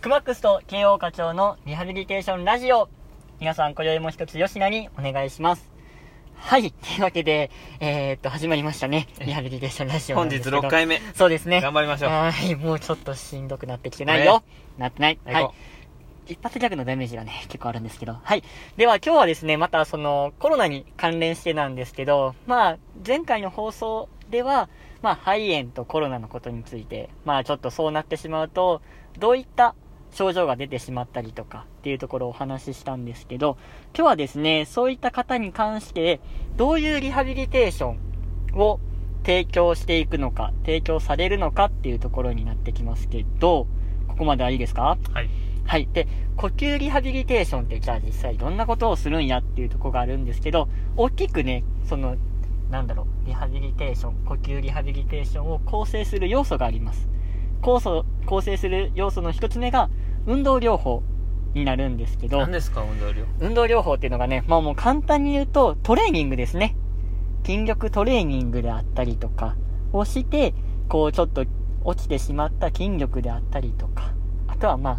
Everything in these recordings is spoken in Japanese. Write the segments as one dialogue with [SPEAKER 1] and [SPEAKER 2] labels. [SPEAKER 1] クマックスと慶応課長のリハビリテーションラジオ。皆さん、今宵も一つ吉名にお願いします。はい。というわけで、えー、っと、始まりましたね。リハビリテーションラジオな
[SPEAKER 2] 本
[SPEAKER 1] んで
[SPEAKER 2] 日
[SPEAKER 1] すけど。
[SPEAKER 2] 6回目
[SPEAKER 1] そうですね。
[SPEAKER 2] 頑張りましょう
[SPEAKER 1] はーい。もうちょっとしんどくなってきてないよ。なってない。はい
[SPEAKER 2] 行こ。
[SPEAKER 1] 一発ギャグのダメージがね、結構あるんですけど。はい。では今日はですね、またそのコロナに関連してなんですけど、まあ前回の放送では、まあ肺炎とコロナのことについて、まあちょっとそうなってしまうと、どういった症状が出てしまったりとかっていうところをお話ししたんですけど、今日はですね、そういった方に関して、どういうリハビリテーションを提供していくのか、提供されるのかっていうところになってきますけど、ここまではいいですか
[SPEAKER 2] はい。
[SPEAKER 1] はい。で、呼吸リハビリテーションってじゃあ実際どんなことをするんやっていうところがあるんですけど、大きくね、その、なんだろう、リハビリテーション、呼吸リハビリテーションを構成する要素があります。構想構成する要素の一つ目が、運動療法になるんですけど、
[SPEAKER 2] 何ですか運動量
[SPEAKER 1] 運動療法っていうのがね、まあもう簡単に言うとトレーニングですね。筋力トレーニングであったりとかをして、こうちょっと落ちてしまった筋力であったりとか、あとはま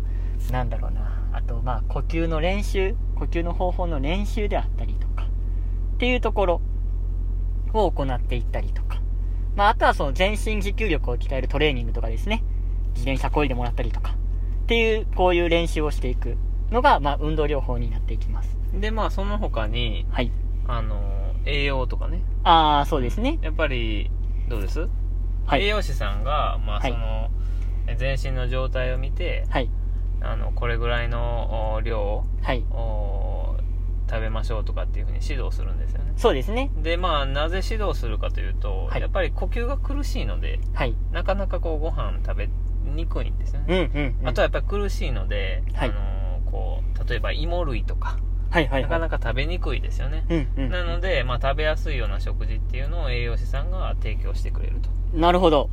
[SPEAKER 1] あ、なんだろうな、あとまあ呼吸の練習、呼吸の方法の練習であったりとか、っていうところを行っていったりとか、まああとはその全身持久力を鍛えるトレーニングとかですね、自転車こいでもらったりとか、っていう、こういう練習をしていくのが、まあ、運動療法になっていきます。
[SPEAKER 2] でまあその他に
[SPEAKER 1] はい。
[SPEAKER 2] あの栄養とかね
[SPEAKER 1] ああ、そうですね。
[SPEAKER 2] やっぱりどうです、
[SPEAKER 1] は
[SPEAKER 2] 栄
[SPEAKER 1] い。
[SPEAKER 2] 養士さんがまあ
[SPEAKER 1] はい
[SPEAKER 2] その、全身の状態を見て
[SPEAKER 1] はい。
[SPEAKER 2] あのこれぐらいのお量を
[SPEAKER 1] はい。
[SPEAKER 2] お食べましょうとかっていうふうに指導するんですよね
[SPEAKER 1] そうですね。
[SPEAKER 2] でまあなぜ指導するかというと、
[SPEAKER 1] はい
[SPEAKER 2] やっぱり呼吸が苦しいので
[SPEAKER 1] はい。
[SPEAKER 2] なかなかこうご飯食べにくいんですよ
[SPEAKER 1] うん
[SPEAKER 2] ね、
[SPEAKER 1] うん、うん。
[SPEAKER 2] あとはやっぱり苦しいので、
[SPEAKER 1] はい
[SPEAKER 2] あのこう例えば芋類とか
[SPEAKER 1] はいはい
[SPEAKER 2] なか
[SPEAKER 1] はい。
[SPEAKER 2] なか食べにくいですよね、
[SPEAKER 1] うんうん。
[SPEAKER 2] なので、まあ、食べやすいような食事っていうのを栄養士さんが提供してくれると
[SPEAKER 1] なるほど。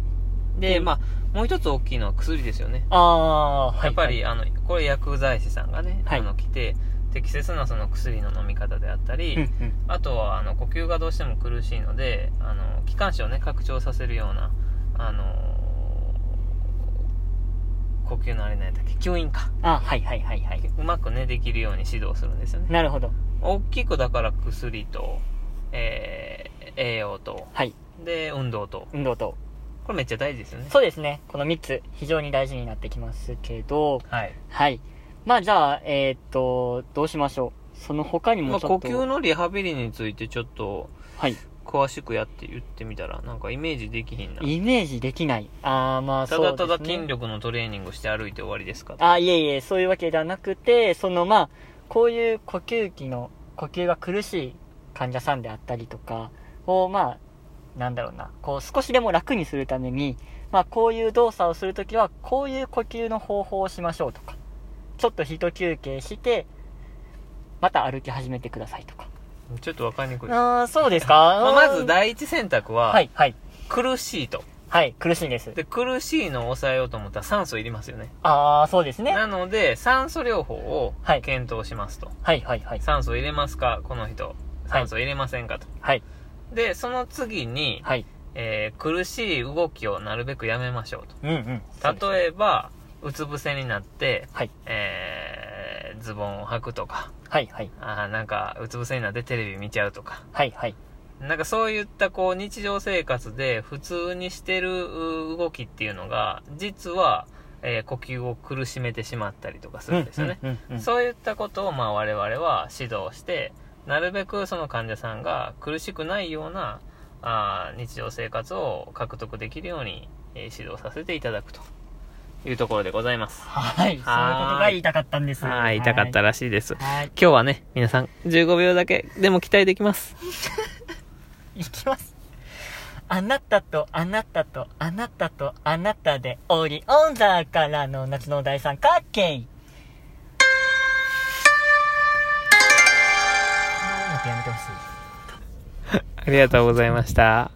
[SPEAKER 2] で、
[SPEAKER 1] うん
[SPEAKER 2] まあもう一つ大きいのは薬ですよね
[SPEAKER 1] ああ、はい。
[SPEAKER 2] やっぱり、。あのこれ薬剤師さんがね、
[SPEAKER 1] はい
[SPEAKER 2] あの来て適切なその薬の飲み方であったり、
[SPEAKER 1] うんうん。
[SPEAKER 2] あとはあの呼吸がどうしても苦しいのであの気管支をね拡張させるようなあの呼吸のあれなんやったっけ吸引か
[SPEAKER 1] あはいはいはいはい。
[SPEAKER 2] うまくねできるように指導するんですよね
[SPEAKER 1] なるほど。
[SPEAKER 2] 大きくだから薬と、えー栄養と
[SPEAKER 1] はい。
[SPEAKER 2] で運動と
[SPEAKER 1] 運動と。
[SPEAKER 2] これめっちゃ大事ですよね
[SPEAKER 1] そうですね。この3つ、非常に大事になってきますけど、
[SPEAKER 2] はい、
[SPEAKER 1] はい。まあじゃあ、えー、っと、どうしましょう。その他に
[SPEAKER 2] ま
[SPEAKER 1] も
[SPEAKER 2] あ、
[SPEAKER 1] ち
[SPEAKER 2] 呼
[SPEAKER 1] ょっと。
[SPEAKER 2] 吸のリハビリについてちょっと
[SPEAKER 1] はい。
[SPEAKER 2] 詳しくやって言ってみたらなんかイメージできひんな
[SPEAKER 1] イメージできない。ああ、まあ
[SPEAKER 2] た
[SPEAKER 1] そうです
[SPEAKER 2] だ
[SPEAKER 1] ね。
[SPEAKER 2] ただ筋力のトレーニングして歩いて終わりですか
[SPEAKER 1] あ、いえいえ、そういうわけではなくて、そのまあ、こういう呼吸器の、呼吸が苦しい患者さんであったりとかを、まあ、なんだろうな、こう少しでも楽にするために、まあこういう動作をするときは、こういう呼吸の方法をしましょうとか、ちょっと一休憩して、また歩き始めてくださいとか。
[SPEAKER 2] ちょっとわかりにくいです
[SPEAKER 1] ああ、そうですか、
[SPEAKER 2] まあ、まず
[SPEAKER 1] だ
[SPEAKER 2] 第一選択
[SPEAKER 1] は、
[SPEAKER 2] はい
[SPEAKER 1] はい、
[SPEAKER 2] 苦しいと
[SPEAKER 1] はい、苦しいです。
[SPEAKER 2] で苦しいのを抑えようと思ったら酸素いりますよね
[SPEAKER 1] ああ、そうですね。
[SPEAKER 2] なので酸素療法を
[SPEAKER 1] はい
[SPEAKER 2] 検討しますと、
[SPEAKER 1] はい、はい、はい。
[SPEAKER 2] 酸素入れますかこの人酸素入れませんかと、
[SPEAKER 1] はい、
[SPEAKER 2] でその次に、
[SPEAKER 1] はい。
[SPEAKER 2] えー苦しい動きをなるべくやめましょう
[SPEAKER 1] うんうん。
[SPEAKER 2] と例えばうつ伏せになって、
[SPEAKER 1] はい
[SPEAKER 2] えーズボンを履くとか
[SPEAKER 1] はい、はい、
[SPEAKER 2] あーなんかうつ伏せになってテレビ見ちゃうとか
[SPEAKER 1] はい、はい。
[SPEAKER 2] なんかそういったこう日常生活で普通にしてるう動きっていうのが実は、えー呼吸を苦しめてしまったりとかするんですよね、
[SPEAKER 1] うんうんうんうん
[SPEAKER 2] そういったことをまあ我々は指導してなるべくその患者さんが苦しくないようなあー日常生活を獲得できるように、えー指導させていただくというところでございます
[SPEAKER 1] はい。そういうことが言いたかったんです。
[SPEAKER 2] はい痛かったらしいです
[SPEAKER 1] はい。はい。
[SPEAKER 2] 今日はね皆さん15秒だけでも期待できます
[SPEAKER 1] いきます。あなたと、あなたと、あなたと、あなたで、オリオン座からの夏の大三角形。あー音楽やめてほしい。
[SPEAKER 2] ありがとうございました